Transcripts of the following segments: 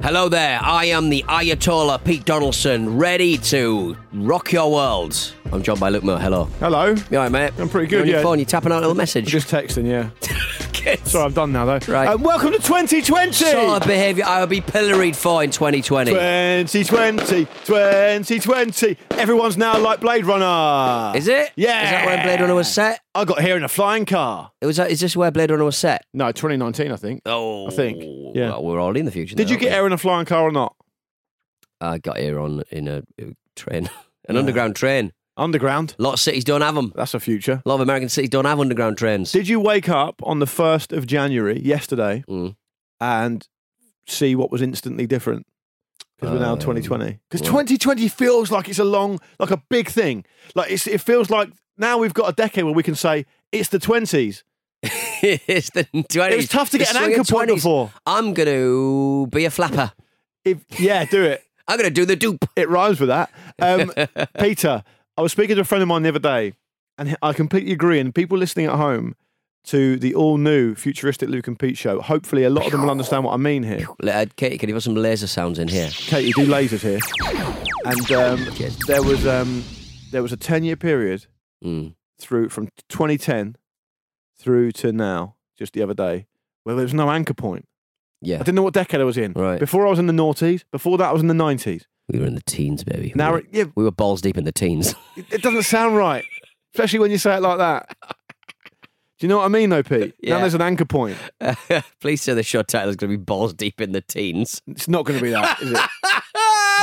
Hello there, I am the Ayatollah Pete Donaldson, ready to rock your world. I'm joined by Luke Moore, hello. Hello. You alright, mate? I'm pretty You're on good, your yeah. phone, you're tapping out a little message. Just texting, yeah. Good Sorry, I'm done now, though. Right. Um, welcome to 2020! sort of behaviour I will be pilloried for in 2020. 2020, 2020. Everyone's now like Blade Runner. Is it? Yeah. Is that when Blade Runner was set? I got here in a flying car. It was. uh, Is this where Blade Runner was set? No, 2019, I think. Oh, I think. Yeah. Well, we're all in the future. Did then, you get aren't here in a flying car or not? we? I got here on in a, a train, an underground train. Underground. A lot of cities don't have them. That's a future. A lot of American cities don't have underground trains. Did you wake up on the 1st of January, yesterday, Mm. and see what was instantly different? Because we're now in Um, 2020. Because well- 2020 feels like it's a long, like a big thing. Like it's, it feels like now we've got a decade where we can say it's the 20s. it's the 20s. It was tough to The get an swing of anchor point 20s. before. I'm going to be a flapper. If, yeah, do it. I'm going to do the dupe. It rhymes with that. Um, Peter, I was speaking to a friend of mine the other day, and I completely agree. And people listening at home to the all new futuristic Luke and Pete show, hopefully a lot of them will understand what I mean here. Uh, Katie, can you put some laser sounds in here? Katie, do lasers here. And um, there was um, there was a ten year period Mm. through from 2010 through to now, just the other day, where there was no anchor point. I Yeah. didn't know what decade I was in. Right. Before I was in the noughties. Before that, I was in the nineties. We were in the teens, baby. Now, we it- yeah, we were balls deep in the teens. It, it doesn't sound right, especially when you say it like that. Do you know what I mean, though, Pete? Yeah. Now there's an anchor point. Please say the show title is going to be balls deep in the teens. It's not going to be that, is it?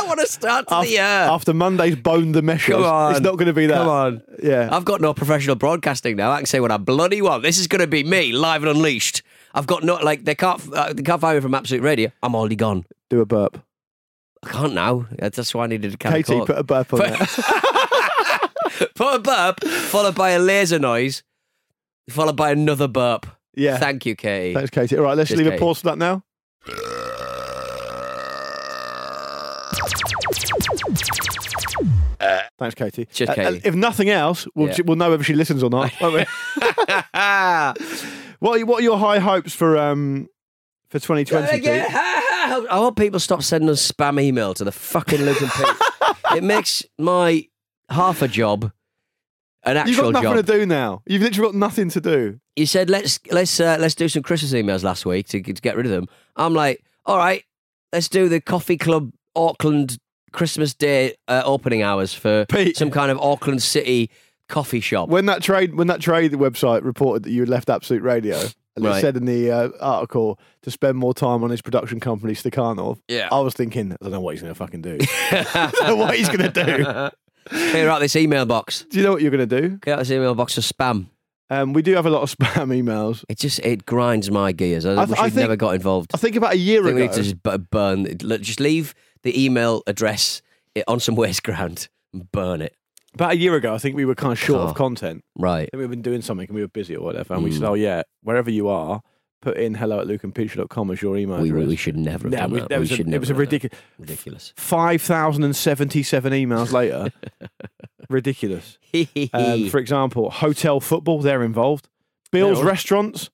what a start to Af- the year. After Monday's bone the meshes, uh, Come on. it's not going to be that. Come on. Yeah. I've got no professional broadcasting now. I can say what I bloody want. This is going to be me live and unleashed. I've got no like they can't uh, they can't fire me from Absolute Radio. I'm already gone. Do a burp. I can't now. That's why I needed a can Katie, of put Coke. a burp on Put- that. Put a burp followed by a laser noise, followed by another burp. Yeah. Thank you, Katie. Thanks, Katie. All right, let's Cheers, leave Katie. a pause for that now. Thanks, Katie. Uh, Cheers, Katie. if nothing else, we'll, Yeah. ju- we'll know whether she listens or not. won't we? Ah! what, are, you- what are your high hopes for um for 2020? Pete? Yeah, Ah! I hope people stop sending us spam email to the fucking Luke and Pete. it makes my half a job an You've actual got nothing job. to do now. You've literally got nothing to do. you said let's let's uh, let's do some Christmas emails last week to, to get rid of them. I'm like, all right, let's do the Coffee Club Auckland Christmas Day uh, opening hours for Pete. some kind of Auckland City coffee shop. When that trade when that trade website reported that you had left Absolute Radio, and Right. it said in the uh, article to spend more time on his production company Stakhanov. Yeah. I was thinking, I don't know what he's going to fucking do. I don't know what he's going to do. Clear out this email box. Do you know what you're going to do? Clear out this email box of spam. Um, we do have a lot of spam emails. It just it grinds my gears. I, th- wish I I'd think- never got involved. I think about a year I think we ago. need to just bu- burn. it. Let- Just leave the email address i- on some waste ground and burn it. About a year ago, I think we were kind of short Oh. of content. Right. Then we've been doing something and we were busy or whatever. And we Mm. said, oh, yeah, wherever you are, put in hello at lukeandpeach.com as your email We, address. we, we should never have Yeah, done we- that. that We was a- should it never uh, was a have done that. ridiculous- ridiculous. 5,077 emails later. Ridiculous. Um, for example, hotel football, they're involved. Bill's Bill. restaurants.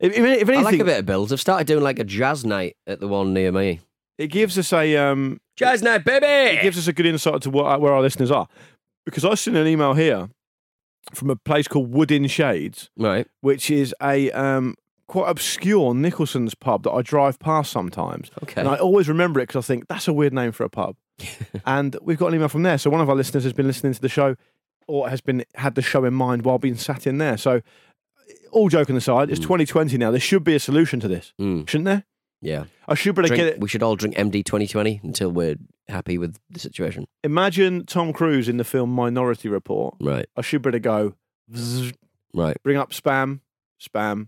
If, if any- if anything, I like a bit of bills. I've started doing like a jazz night at the one near me. it gives us a um, Jazz night, baby. it gives us a good insight to what, where our listeners are. Because I've seen an email here from a place called Wood in Shades, right. which is a um, quite obscure Nicholson's pub that I drive past sometimes. Okay. And I always remember it because I think that's a weird name for a pub. and we've got an email from there. So one of our listeners has been listening to the show or has been had the show in mind while being sat in there. So all joking aside, Mm. it's 2020 now. There should be a solution to this, shouldn't there? Yeah. I should better Mm. Drink- get it. We should all drink MD 2020 until we're happy with the situation. Imagine Tom Cruise in the film Minority Report. Right. I should better go. Vzz, Right. bring up spam, spam,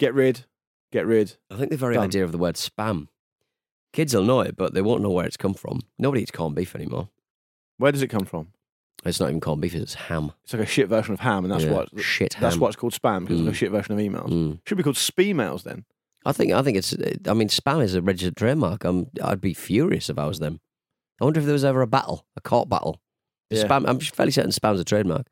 get rid, get rid. I think the very Done. idea of the word spam. Kids will know it, but they won't know where it's come from. Nobody eats corned beef anymore. Where does it come from? It's not even corned beef, it's ham. It's like a shit version of ham, and that's Yeah, what shit That's ham. why it's called spam because it's Mm. a shit version of emails. Mm. Should be called spemails then. I think I think it's. I mean, spam is a registered trademark. I'm, I'd be furious if I was them. I wonder if there was ever a battle, a court battle. Yeah. Spam. I'm fairly certain spam's a trademark.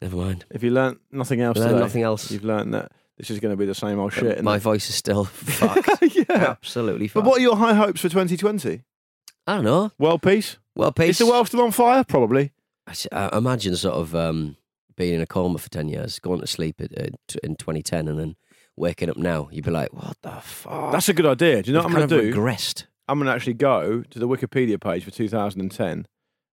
Never mind. If you learn nothing else, Learn today, nothing else. You've learned that this is going to be the same old shit. My innit? voice is still fucked. yeah. Absolutely But fucked. what are your high hopes for 2020? I don't know. World peace? Well, peace. Is the world still on fire? Probably. I s- I imagine sort of um, being in a coma for 10 years, going to sleep at, at, in 2010 and then waking up now. You'd be like, what the fuck? That's a good idea. Do you know We've what I'm kind going to do? of regressed. I'm going to actually go to the Wikipedia page for 2010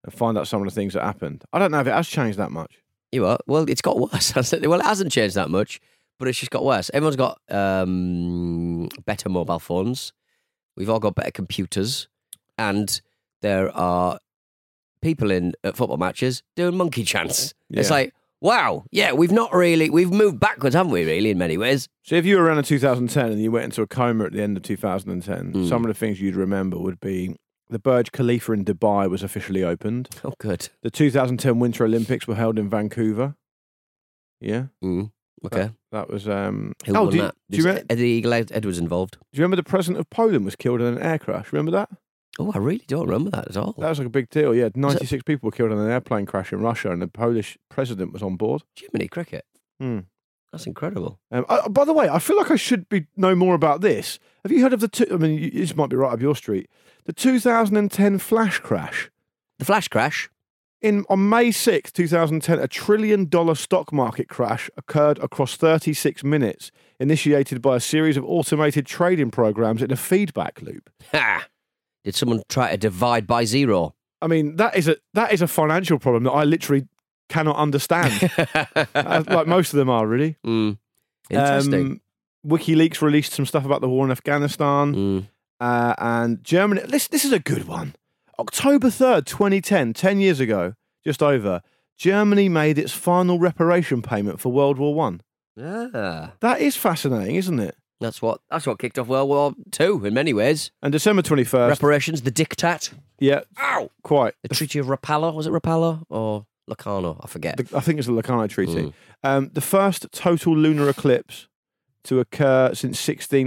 and find out some of the things that happened. I don't know if it has changed that much. You are. Well, it's got worse. hasn't it? well, it hasn't changed that much, but it's just got worse. Everyone's got um, better mobile phones. We've all got better computers. And there are people in at football matches doing monkey chants. It's Yeah. like, wow, yeah, we've not really, we've moved backwards, haven't we, really, in many ways? So if you were around in 2010 and you went into a coma at the end of 2010, Mm. some of the things you'd remember would be the Burj Khalifa in Dubai was officially opened. Oh, good. The 2010 Winter Olympics were held in Vancouver. Yeah, Mm, okay. that was. Um, Who Hmm. oh, won do you, that? do you Was re- do Eddie Eagle Ed- Edwards involved? you remember the president of Poland was killed in an air crash? Remember that? Oh, I really don't remember that at all. That was like a big deal. Yeah, 96 people were killed in an airplane crash in Russia, and the Polish president was on board. Jiminy cricket. Hmm. That's incredible. Um, I, by the way, I feel like I should be know more about this. Have you heard of the? Two, I mean, you, this might be right up your street. The 2010 flash crash The flash crash. in on May 6, 2010, a trillion dollar stock market crash occurred across 36 minutes, initiated by a series of automated trading programs in a feedback loop. Ha! Did someone try to divide by zero? I mean, that is a that is a financial problem that I literally cannot understand. Uh, like most of them are really. Hmm. Interesting. Um, WikiLeaks released some stuff about the war in Afghanistan. Hmm. uh, and Germany. This this is a good one. October 3rd, 2010, 10 years ago, just over, Germany made its final reparation payment for World War One. Ah, That is fascinating, isn't it? that's what that's what kicked off World War Two in many ways. And December 21st, Reparations, the diktat, yeah, ow, quite. the Treaty of Rapallo was it Rapallo or Locarno? I forget. The- I think it's the Locarno Treaty. Mm. Um, the first total lunar eclipse to occur since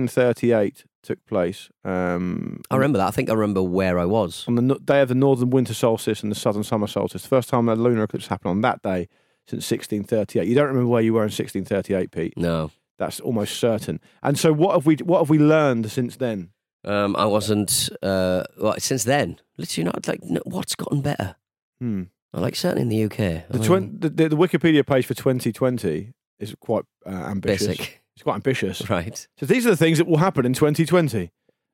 1638 took place um, I remember that. I think I remember where I was. on the no- day of the northern winter solstice and the southern summer solstice. First time a lunar eclipse happened on that day since 1638. You don't remember where you were in 1638, Pete. No, That's almost certain. And so, what have we what have we learned since then? Um, I wasn't. Uh, well, since then, literally not like no, what's gotten better. Hmm. I Like certainly in the UK, The, I mean, twen- the, the, the Wikipedia page for 2020 is quite uh, ambitious. basic, It's quite ambitious. right? So these are the things that will happen in 2020.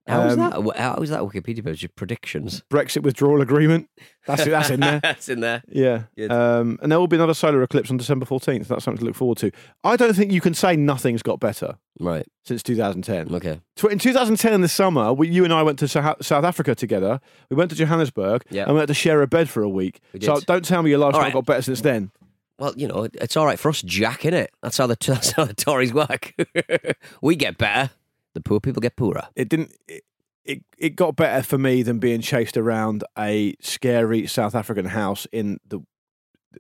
How is Um, that? How is that Wikipedia page? Your predictions. Brexit withdrawal agreement. That's it. That's in there. that's in there. Yeah. Good. Um, and there will be another solar eclipse on December 14th. That's something to look forward to. I don't think you can say nothing's got better Right. since 2010. Okay. Tw- In 2010, in the summer, we, you and I went to Sou- South Africa together. We went to Johannesburg Yeah. and we had to share a bed for a week. We So did. don't tell me your life's All not right. got better since then. Well, you know, it's all right for us, Jack, innit? That's how the that's how the Tories work. we get better. The poor people get poorer. It didn't. It, it, it got better for me than being chased around a scary South African house in the,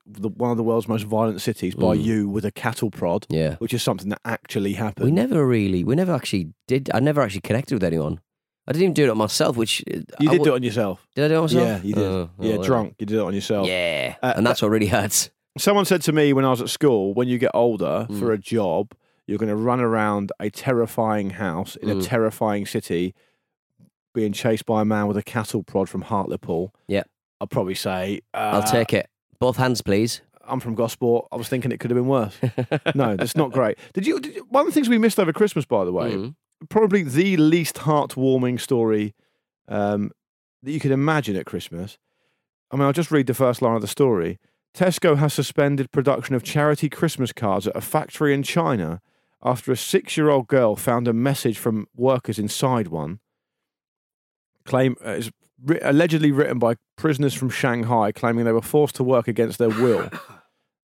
the one of the world's most violent cities by Mm. you with a cattle prod, Yeah. which is something that actually happened. We never really, we never actually did. I never actually connected with anyone. I didn't even do it myself. Which you you did do it on yourself. Did I do it myself? Yeah, you did. Oh, oh, yeah, well. drunk. You did it on yourself. Yeah, Uh, and that's what really hurts. Someone said to me when I was at school, when you get older for a job, you're going to run around a terrifying house in a terrifying city, being chased by a man with a cattle prod from Hartlepool. Yeah. I'll probably say, uh, I'll take it. Both hands, please. I'm from Gosport. I was thinking it could have been worse. no, that's not great. Did you, did you? One of the things we missed over Christmas, by the way, probably the least heartwarming story um, that you could imagine at Christmas. I mean, I'll just read the first line of the story. Tesco has suspended production of charity Christmas cards at a factory in China after a six year old girl found a message from workers inside one. Claim uh, is writ- allegedly written by prisoners from Shanghai claiming they were forced to work against their will.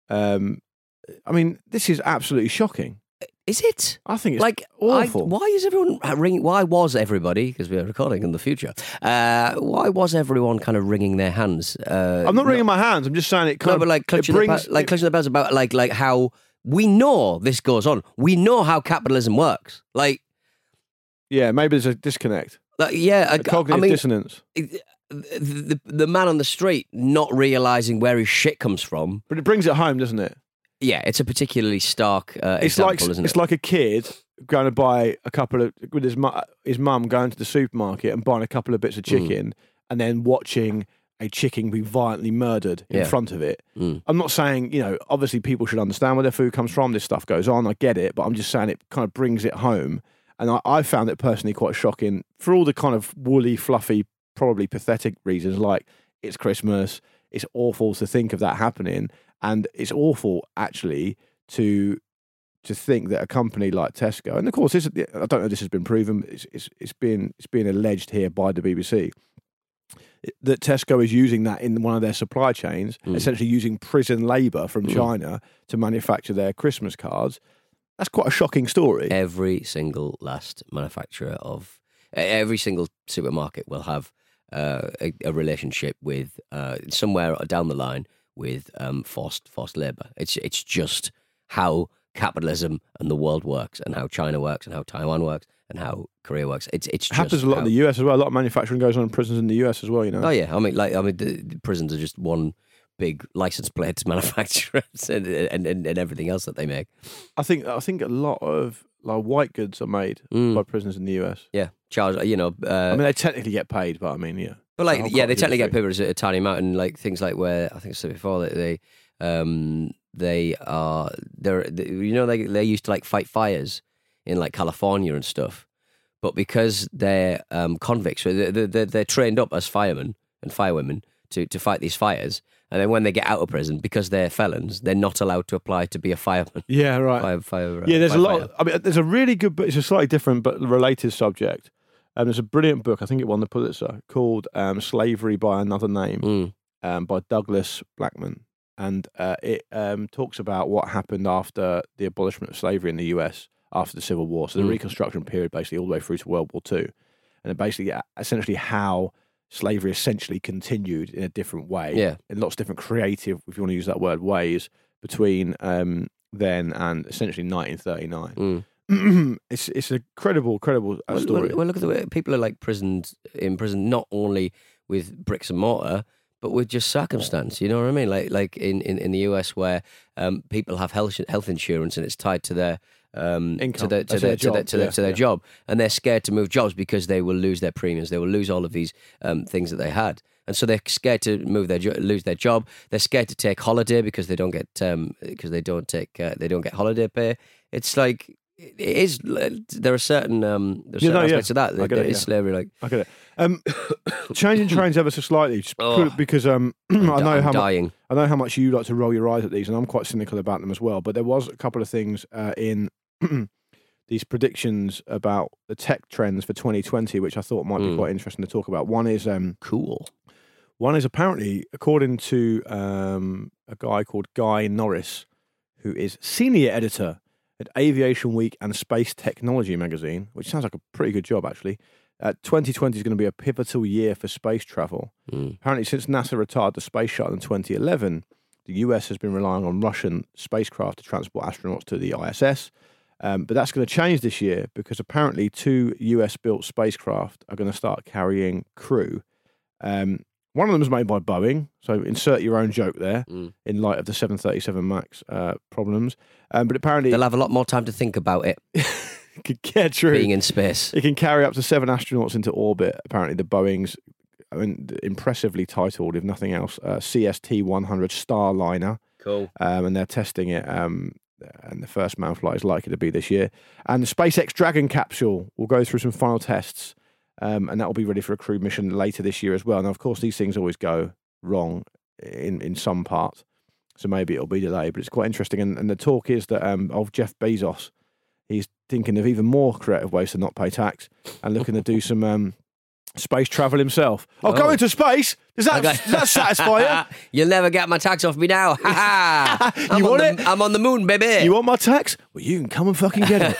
um, I mean, this is absolutely shocking. Is it? I think it's like I- awful. why is everyone ringing? Why was everybody? Because we are recording in the future. Uh, why was everyone kind of wringing their hands? Uh, I'm not wringing my hands. I'm just saying it. Kind no, of, but like it clutching, brings- the, pe- like clutching the pearls about like like how we know this goes on. We know how capitalism works. Like, yeah, maybe there's a disconnect, like yeah, I- a cognitive I mean, dissonance. the, the man on the street not realizing where his shit comes from. But it brings it home, doesn't it? Yeah, it's a particularly stark uh, It's example, like isn't it's it? like a kid going to buy a couple of with his mu- his mum going to the supermarket and buying a couple of bits Mm. of chicken and then watching a chicken be violently murdered in Yeah. Mm. front of it. I'm not saying you know obviously people should understand where their food comes from. This stuff goes on. I get it, but I'm just saying it kind of brings it home. And I, I found it personally quite shocking for all the kind of woolly, fluffy, probably pathetic reasons like it's Christmas. It's awful to think of that happening, and it's awful actually to to think that a company like Tesco, and of course, this, I don't know if this has been proven, but it's, it's, it's, been, it's been alleged here by the BBC, that Tesco is using that in one of their supply chains, Hmm. essentially using prison labour from China to manufacture their Christmas cards. That's quite a shocking story. Every single last manufacturer of e, every single supermarket will have uh, a, a relationship with uh, somewhere down the line with um, forced forced labor. It's it's just how capitalism and the world works, and how China works, and how Taiwan works, and how Korea works. It's it's It just happens a lot how- in the US as well. A lot of manufacturing goes on in prisons in the US as well, you know. Oh yeah, I mean, like, I mean, the, the prisons are just one big license plate manufacturer and, and, and and everything else that they make. I think I think a lot of like white goods are made Mm. by prisoners in the US. Yeah, charge, you know, uh, I mean, they technically get paid, but I mean, yeah. but the like, whole yeah, they cotton technically get industry. paid as a tiny amount, and like things like where I think I said before that they, um, they are they're they, you know they they used to like fight fires in like California and stuff, but because they're um, convicts, so they're, they're they're trained up as firemen and firewomen to to fight these fires. And then when they get out of prison, because they're felons, they're not allowed to apply to be a fireman. Yeah, right. Fire, fire, uh, yeah, there's a lot. firefighter. I mean, there's a really good book. It's a slightly different but related subject. Um, there's a brilliant book. I think it won the Pulitzer called um, "Slavery by Another Name" Mm. um, by Douglas Blackman, and uh, it um, talks about what happened after the abolishment of slavery in the U.S. after the Civil War, so the Mm. Reconstruction period, basically all the way through to World War Two, and it basically uh, essentially how slavery essentially continued in a different way, Yeah. in lots of different creative, if you want to use that word, ways between um, then and essentially 1939. Mm. it's it's a credible, credible uh, Well, story. Well, well, look at the way people are like prisoned in prison, not only with bricks and mortar, but with just circumstance. You know what I mean? Like like in, in, in the US where um, people have health health insurance and it's tied to their um, to Income. their Uh, to their to their, job, to their, yeah, to their yeah. job, and they're scared to move jobs because they will lose their premiums. They will lose all of these um, things that they had. And so they're scared to move their jo- lose their job. They're scared to take holiday because they don't get um, because they don't take uh, they don't get holiday pay. It's like it is. There are certain um, there are Yeah, certain no, yeah. aspects of that I that get it, that is yeah. slavery. Like I get it. Um, changing trains ever so slightly, just put- because um, I know Oh, I'm how mu- dying. I know how much you like to roll your eyes at these, and I'm quite cynical about them as well. But there was a couple of things uh, in these predictions about the tech trends for 2020, which I thought might be quite interesting to talk about. One is um, Hmm. cool. one is apparently, according to um, a guy called Guy Norris, who is senior editor at Aviation Week and Space Technology magazine, which sounds like a pretty good job actually. Uh, 2020 is going to be a pivotal year for space travel. Apparently, since NASA retired the space shuttle in 2011, the US has been relying on Russian spacecraft to transport astronauts to the ISS. Um, but that's going to change this year because apparently two US built spacecraft are going to start carrying crew. Um, one of them is made by Boeing, so insert your own joke there in light of the 737 MAX uh, problems. Um, but apparently, They'll have a lot more time to think about it could get true. being in space. It can carry up to seven astronauts into orbit. Apparently, the Boeing's I mean, impressively titled, if nothing else, uh, CST 100 Starliner. Cool. um, and they're testing it. Um, and the first man flight is likely to be this year. And the SpaceX Dragon capsule will go through some final tests, um, and that will be ready for a crew mission later this year as well. Now, of course, these things always go wrong in in some part, so maybe it'll be delayed. But it's quite interesting. And, and the talk is that um, of Jeff Bezos, he's thinking of even more creative ways to not pay tax and looking to do some. Um, Space travel himself. Oh, Oh. going to space? Does that Okay. does that satisfy Ah, You'll never get my tax off me now. Ha ha. I'm You on want the, it? I'm on the moon, baby. you? You want my tax? Well, you can come and fucking get it.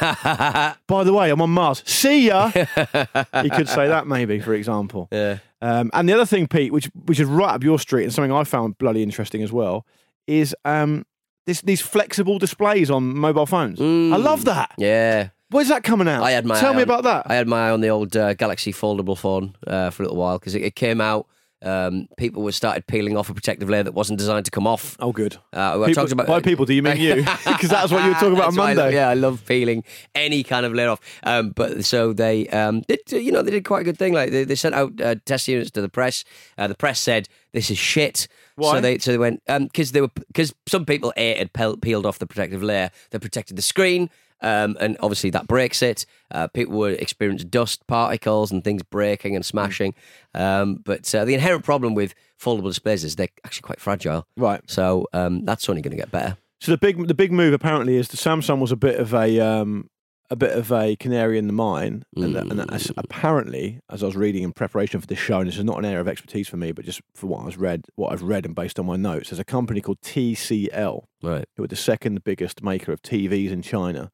By the way, I'm on Mars. See ya. he could say that maybe, for example. Yeah. Um, and the other thing, Pete, which which is right up your street and something I found bloody interesting as well, is um, this these flexible displays on mobile phones. I love that. Mm. yeah. Where's that coming out? I had my Tell eye me on- about that. I had my eye on the old uh, Galaxy foldable phone uh, for a little while because it, it came out. Um, people were started peeling off a protective layer that wasn't designed to come off. oh, good. Uh, I People- talked about by people, do you mean you? Because that's what you were talking about on That's why I lo- Monday. yeah, I love peeling any kind of layer off. Um, but so they, um, did, you know, they did quite a good thing. Like they, they sent out uh, test units to the press. Uh, the press said this is shit. Why? So they so they went because they were because some people a had pel- peeled off the protective layer that protected the screen. Um, and obviously that breaks it. Uh, people would experience dust particles and things breaking and smashing. Um, but uh, the inherent problem with foldable displays is they're actually quite fragile. Right. So um, that's only going to get better. So the big the big move apparently is the Samsung was a bit of a um, a bit of a canary in the mine, and, uh, and as, apparently, as I was reading in preparation for this show, and this is not an area of expertise for me, but just for what I was read, what I've read, and based on my notes, there's a company called TCL Right. who are the second biggest maker of TVs in China,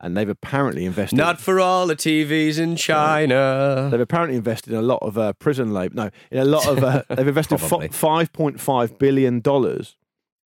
and they've apparently invested Not for all the TVs in China. They've apparently invested in a lot of uh, prison labor. No, in a lot of uh, they've invested Probably. five point five billion dollars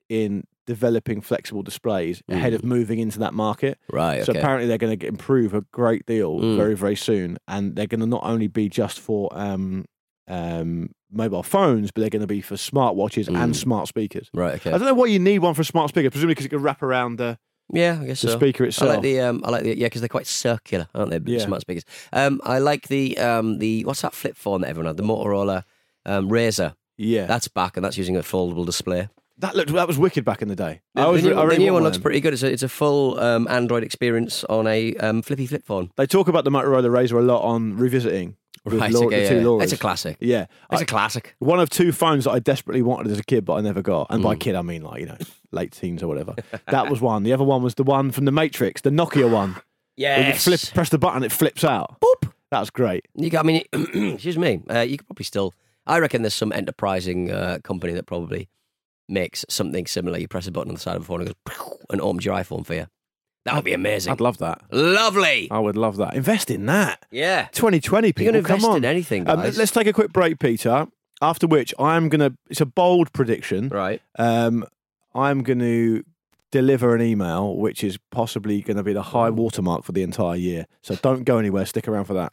in developing flexible displays ahead of moving into that market. Mm. Right, So okay. Mm. apparently they're going to improve a great deal very very soon, and they're going to not only be just for um, um, mobile phones, but they're going to be for smartwatches and smart speakers. Mm. Right, okay. I don't know why you need one for a smart speaker, presumably because it can wrap around uh, the. Yeah, I guess The so. speaker I itself. like the, um, I like the, yeah, because they're quite circular, aren't they? Yeah. Smart speakers. Um, I like the, um, the what's that flip phone that everyone had? The Motorola um, Razor. Yeah, That's back, and that's using a foldable display. that looked that was wicked back in the day. I The- always the re- new, I really the new want one of looks them. pretty good. It's a, it's a full um, Android experience on a um, flippy flip phone. They talk about the Motorola Razor a lot on revisiting. with Right, Laura- okay, the two yeah. Lauras. It's a classic. Yeah, It's I- a classic. one of two phones that I desperately wanted as a kid, but I never got. And Mm. by kid, I mean like you know, late teens or whatever. That was one. The other one was the one from the Matrix, the Nokia one. Where you Yes. flip, press the button, it flips out. Boop. That's great. You got, I mean, excuse me. Uh, you could probably still. I reckon there's some enterprising uh, company that probably makes something similar. You press a button on the side of a phone and it goes "Pew," and opens your iPhone for you. That would be amazing. I'd love that. Lovely. I would love that. Invest in that. yeah. 2020 people. You're gonna come invest on. in anything, Um, guys. let's take a quick break, Peter. After which, I am gonna. It's a bold prediction. Right. um, I'm going to deliver an email, which is possibly going to be the high watermark for the entire year. So don't go anywhere. Stick around for that.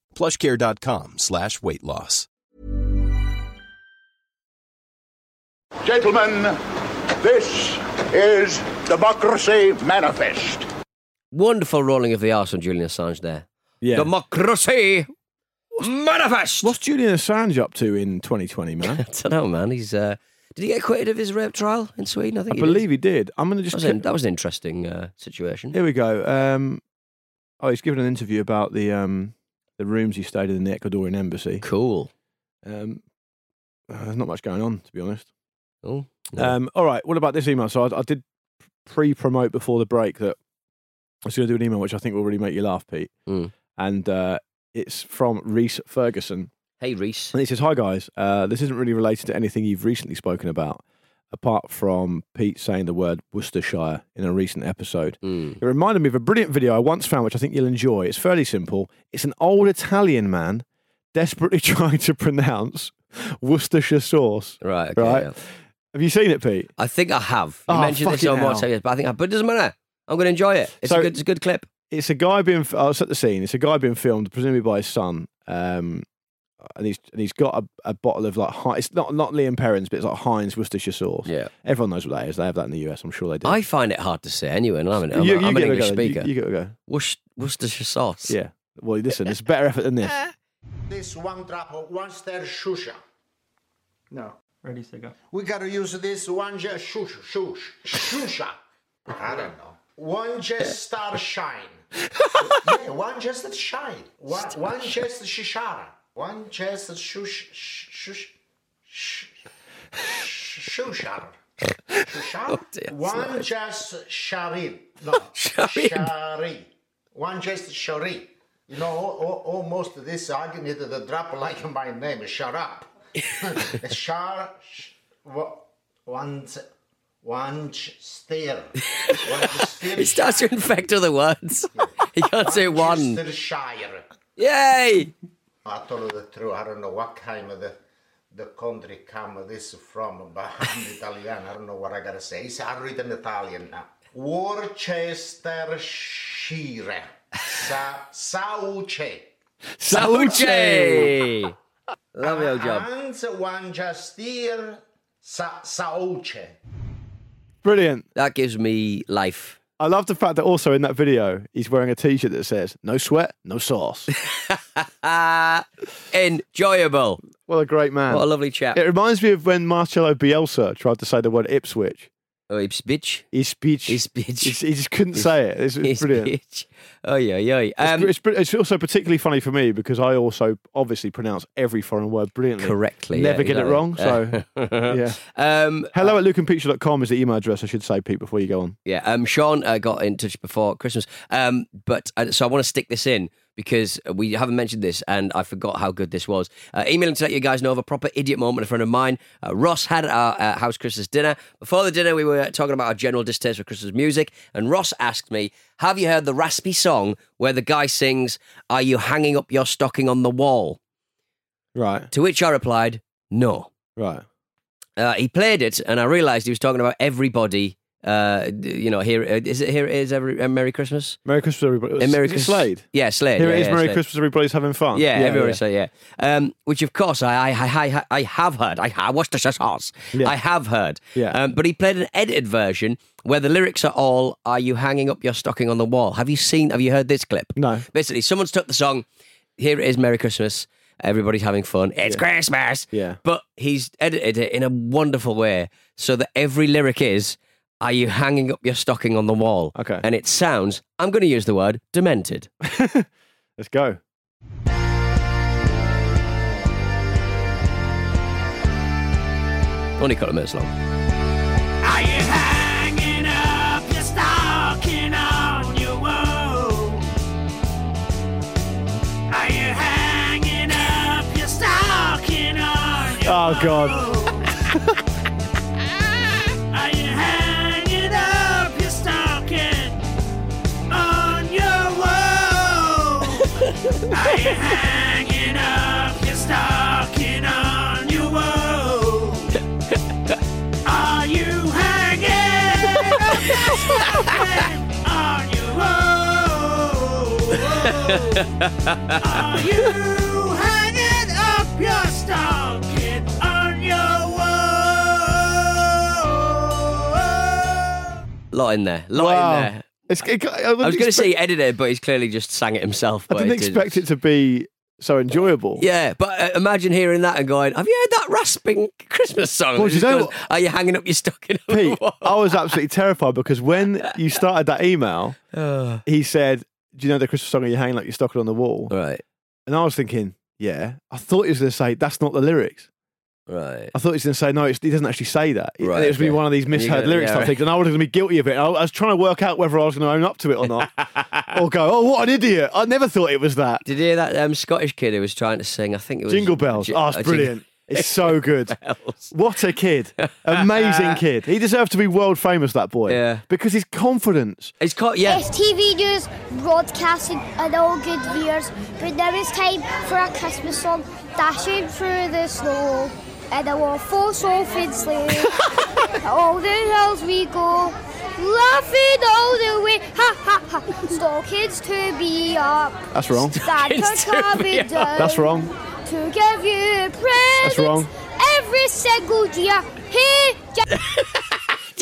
plushcare.com slash weight loss. Gentlemen, this is Democracy Manifest. Wonderful rolling of the arse on Julian Assange there. Yeah. Democracy manifest. What's Julian Assange up to in 2020, man? I don't know, man. He's. Uh, did he get acquitted of his rape trial in Sweden? I I think. he did. believe he did. I'm going that to just. was, an, that was an interesting uh, situation. Here we go. Um, oh, he's given an interview about the um, the rooms he stayed in in the Ecuadorian embassy. Cool. Um, uh, there's not much going on, to be honest. Oh, no. Um, all right. What about this email? So I, I did pre-promote before the break that I was going to do an email, which I think will really make you laugh, Pete. Mm. And uh, it's from Reese Ferguson, hey, Reese. and he says, "Hi guys, uh, this isn't really related to anything you've recently spoken about, apart from Pete saying the word Worcestershire in a recent episode. Mm. It reminded me of a brilliant video I once found, which I think you'll enjoy. It's fairly simple. It's an old Italian man desperately trying to pronounce Worcestershire sauce. Right, okay, right. yeah. Have you seen it, Pete? I think I have. You Oh, mentioned this fucking on more hell. times, but I think I, but it doesn't matter. I'm going to enjoy it. It's So- a good, it's a good clip. it's a guy being. I'll set the scene. It's a guy being filmed, presumably by his son, um, and he's and he's got a, a bottle of like Hi- it's not not Liam Perrins, but it's like Heinz Worcestershire sauce. Yeah. everyone knows what that is. They have that in the US. I'm sure they do. I find it hard to say anyway, and I'm an, I'm, You- a- you I'm an get a English go. speaker. You, you get a go. Worc- Worcestershire sauce. Yeah. Well, listen, it's a better effort than this. This one drop of one star shusha. No, ready to go. We gotta use this one j shush shush shusha. I don't know. One just star shine. yeah, one just that shine. One, one just shishara. One just shush shush shush shushar. Shushar. Oh, dear, One just sharin. No, Sharin. shari. One just shari. You know, al- al- almost this agony that the drop like my name, Sharap. Shar, sh- wa- one, s- one ch- steer. One steer. He starts to infect other words. he can't say one. Worcestershire. Yay! I told you the truth. I don't know what kind of the, the country come this from, but I'm Italian. I don't know what I gotta say. It's, I read in Italian now. Worcestershire. Sa- Sauce. Sauce! Lovely old job. And one just steer. Sa- Sauce. Brilliant. That gives me life. I love the fact that also in that video he's wearing a T-shirt that says "No sweat, no sauce." Ah, enjoyable. what a great man. What a lovely chap. it reminds me of when Marcelo Bielsa tried to say the word Ipswich. Oh, it's bitch. His speech. Ipswich. He's- He just couldn't say it. It's, it's It's brilliant. bitch. Oh yeah, yeah. It's Um, br- it's, br- it's also particularly funny for me because I also obviously pronounce every foreign word brilliantly. correctly. yeah, Never get it exactly. wrong. So, yeah. Um, Hello at lukeandpeacher.com is the email address, I should say, Pete, before you go on. Yeah, um, Sean uh, got in touch before Christmas, um, but uh, so I want to stick this in because we haven't mentioned this, and I forgot how good this was. Uh, emailing to let you guys know of a proper idiot moment a friend of mine, uh, Ross, had at our uh, house Christmas dinner. Before the dinner, we were talking about our general distaste for Christmas music, and Ross asked me, "Have you heard the raspy song where the guy sings, "Are you hanging up your stocking on the wall?" Right, To which I replied, "No." right. Uh, he played it, and I realised he was talking about everybody. Uh, d- you know, here uh, is it. Here is every uh, Merry Christmas. Merry Christmas, everybody. Uh, Merry Is it Christ- Slade. Yeah, Slade. Here yeah, it is, yeah, Merry Slade. Christmas, everybody's having fun. Yeah, everyone say yeah. Um, which of course I I I I, I have heard. I, I watched the sauce. Yeah. I have heard. Yeah. Um, but he played an edited version where the lyrics are all "Are you hanging up your stocking on the wall?" Have you seen? Have you heard this clip? No. Basically, someone's took the song. Here it is, Merry Christmas. Everybody's having fun. It's Christmas. Yeah. But he's edited it in a wonderful way so that every lyric is, Are you hanging up your stocking on the wall? Okay. And it sounds, I'm going to use the word, demented. Let's go. Only a couple of minutes long. Are you hanging up your stocking on your wall? Are you hanging up your stocking on your Oh, God. wall? Are you hanging up your stocking on your wall? Are you hanging up your stocking on your wall? Are you hanging up your stocking on your wall? Are you hanging up your stocking on your wall? Lot in there. Lot in there. Oh. It's, it, I, I was going to to say he edited it, but he's clearly just sang it himself. I but didn't expect it to be so enjoyable. Yeah, but uh, imagine hearing that and going, "Have you heard that rasping Christmas song?" Well, It do you just know goes, what- Are you hanging up your stocking? on the Pete, wall?" I was absolutely terrified because when you started that email, he said, Do you know the Christmas song? Are you hanging like you're Uh. stocking on the wall? Right. And I was thinking, yeah. I thought he was going to say, that's not the lyrics. Right. I thought he was going to say no. It's, he doesn't actually say that. It- Right, it was gonna okay. be one of these You're misheard gonna- lyrics yeah, type right. things, and I was going to be guilty of it. I, I was trying to work out whether I was going to own up to it or not, or go, "Oh, what an idiot! I never thought it was that." Did you hear that um, Scottish kid who was trying to sing? I think it was Jingle bells. Ji- Oh, it's uh, Jingle- brilliant. It's so good. What a kid. Amazing kid. He deserved to be world famous, that boy. Yeah. Because his confidence. It's called yeah. TV news, broadcasting, and all good viewers. But now it's time for a Christmas song, Dashing Through the Snow. And I will force off in sleigh. all the hills we go, laughing all the way. Ha ha ha. Stockings to be up. That's wrong. Santa's Stockings to be coming up. down. That's wrong. To give you a present. That's wrong. Every single year. Hey,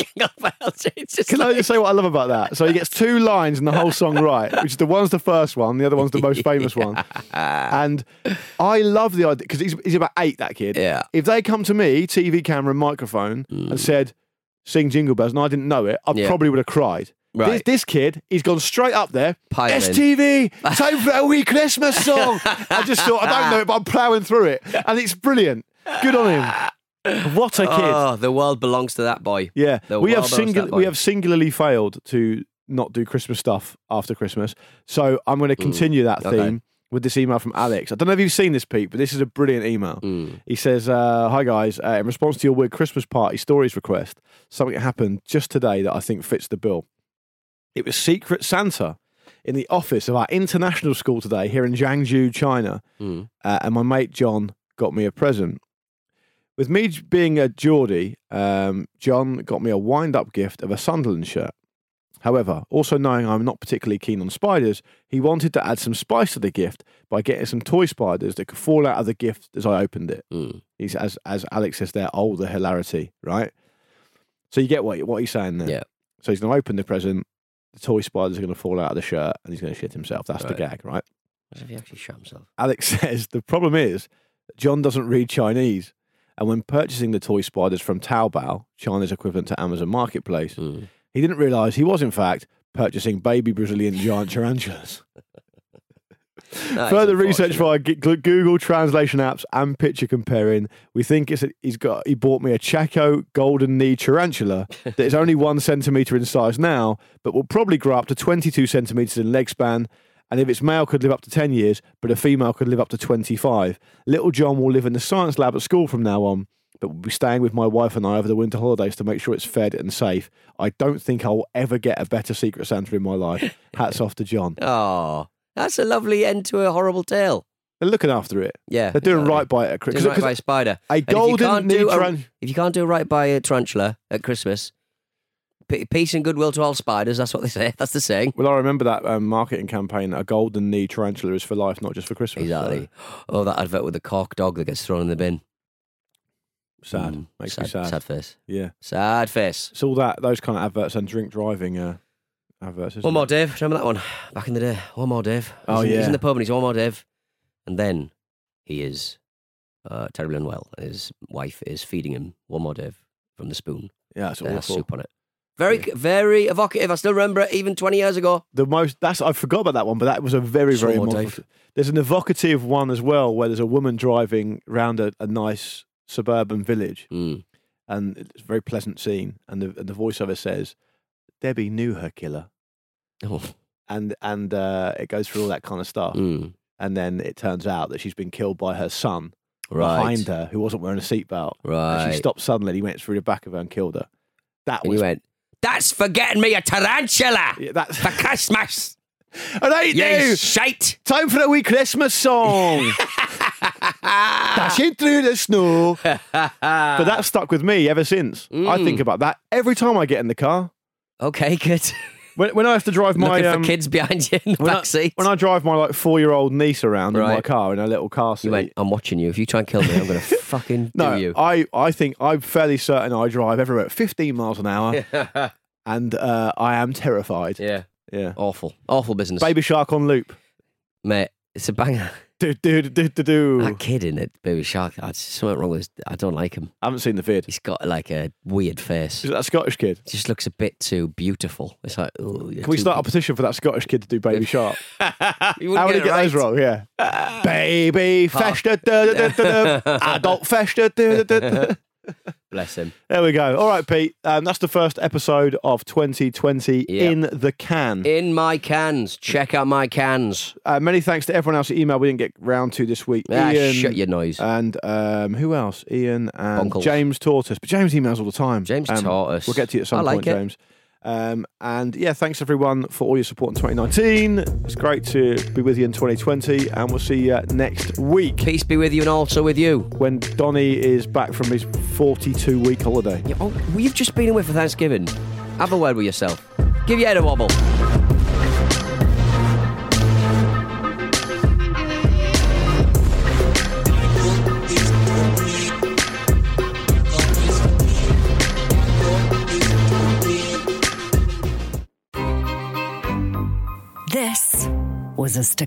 Can I just say what I love about that? So he gets two lines in the whole song right, which is the one's the first one, the other one's the most famous one. And I love the idea because he's, he's about eight, that kid. Yeah. If they come to me, TV camera and microphone, and said, sing Jingle Bells, and I didn't know it, I Mm. Yeah. probably would have cried. Right. This, this kid, he's gone straight up there. Piling. STV, time for a wee Christmas song. I just thought, I don't know it, but I'm ploughing through it. And it's brilliant. Good on him. What a kid. Oh, the world belongs to that boy. Yeah, The we have world belongs to singu- that boy. we have singularly failed to not do Christmas stuff after Christmas. So I'm going to continue that okay. theme with this email from Alex. I don't know if you've seen this, Pete, but this is a brilliant email. He says, uh, "Hi guys, uh, in response to your weird Christmas party stories request, something happened just today that I think fits the bill. It was Secret Santa." In the office of our international school today here in Jiangsu, China, uh, and my mate John got me a present with me j- being a Geordie, um, John got me a wind up gift of a Sunderland shirt. However, also knowing I'm not particularly keen on spiders, he wanted to add some spice to the gift by getting some toy spiders that could fall out of the gift as I opened it. Hmm. He's, as, as Alex says there, oh, the hilarity, right? So you get what, what he's saying there. Yeah. So he's going to open the present, the toy spiders are going to fall out of the shirt, and he's going to shit himself. That's the Right. gag, right? What if he actually shot himself? Alex says the problem is that John doesn't read Chinese. And when purchasing the toy spiders from Taobao, China's equivalent to Amazon Marketplace, he didn't realize he was, in fact, purchasing baby Brazilian giant tarantulas. That is Further research unfortunate. via G- Gl- Google translation apps and picture comparing, we think it's a, he's got he bought me a Chaco golden knee tarantula that is only one centimeter in size now, but will probably grow up to 22 centimeters in leg span. And if its male could live up to 10 years, but a female could live up to 25. Little John will live in the science lab at school from now on, but will be staying with my wife and I over the winter holidays to make sure it's fed and safe. I don't think I'll ever get a better Secret Santa in my life. Hats off to John. Oh, that's a lovely end to a horrible tale. They're looking after it. Yeah, They're doing exactly. right by it. at Chris- Doing 'cause- right 'cause by a spider. a And if you golden can't do knee a- taran- If you can't do right by a tarantula at Christmas, p- peace and goodwill to all spiders. That's what they say. That's the saying. Well, I remember that um, marketing campaign that a golden knee tarantula is for life, not just for Christmas. Exactly. Oh, that advert with the cock dog that gets thrown in the bin. So, sad. Mm, Makes sad, me sad. sad face. Yeah. Sad face. It's all that, those kind of adverts and drink driving uh, adverts. isn't One it? more Dave. Remember that one? Back in the day. One more Dave. He's Oh, in, He's yeah. in the pub and he's one more Dave. And then he is uh, terribly unwell. and His wife is feeding him one more Dave from the spoon. Yeah, it's That has awful. soup on it. Very, very evocative. I still remember it even 20 years ago. The most, that's, I forgot about that one, but that was a very, Some very more, modern- Dave. There's an evocative one as well where there's a woman driving round a, a nice suburban village Mm. and it's a very pleasant scene. And the, and the voiceover says, Debbie knew her killer. Oh. And, and uh, it goes through all that kind of stuff. Mm. and then it turns out that she's been killed by her son Right. behind her, who wasn't wearing a seatbelt. And Right. she stopped suddenly. and He went through the back of her and killed her. That And was he went, That's for getting me a tarantula yeah, that's for Christmas. and I you do. shite. Time for a wee Christmas song. Dashing through the snow. but that stuck with me ever since. I Mm. think about that every time I get in the car. Okay, good. When, when I have to drive my Looking um, for kids behind you in the when, back I, seat. when I drive my like four year old niece around in my Right. car in a little car seat, you went, I'm watching you. If you try and kill me, I'm going to fucking No, do you. I, I think I'm fairly certain I drive everywhere at 15 miles an hour, and uh, I am terrified. yeah. Oh, Yeah. Awful. Awful business. Baby Shark on loop. Mate, it's a banger. Do, do, do, do, do. That kid in it, Baby Shark, I, something wrong with his, I don't like him. I haven't seen the vid. He's got like a weird face. Is it that Scottish kid? Just looks a bit too beautiful. It's like, oh, Can we start a petition for that Scottish kid to do Baby Shark? You How wouldn't would he get it get those right. Ah. wrong? Yeah. Baby Fester, duh, duh, duh, duh, duh. adult Fester. duh, duh, duh, duh. Bless him. There we go. All right, Pete. Um, that's the first episode of 2020 Yeah. in the can. In my cans. Check out my cans. Uh, many thanks to everyone else that emailed. We didn't get round to this week. Ah, Ian shut your noise. and um, who else? Ian and Bonkles. James Tortoise. But James emails all the time. James um, Tortoise. We'll get to you at some I like point, it. James. Um, and yeah, thanks everyone for all your support in 2019. It's great to be with you in 2020, and we'll see you next week Peace be with you and also with you. when Donny is back from his 42 week holiday. Yeah, oh, well, you've just been away for Thanksgiving. Have a word with yourself. Give your head a wobble. This was a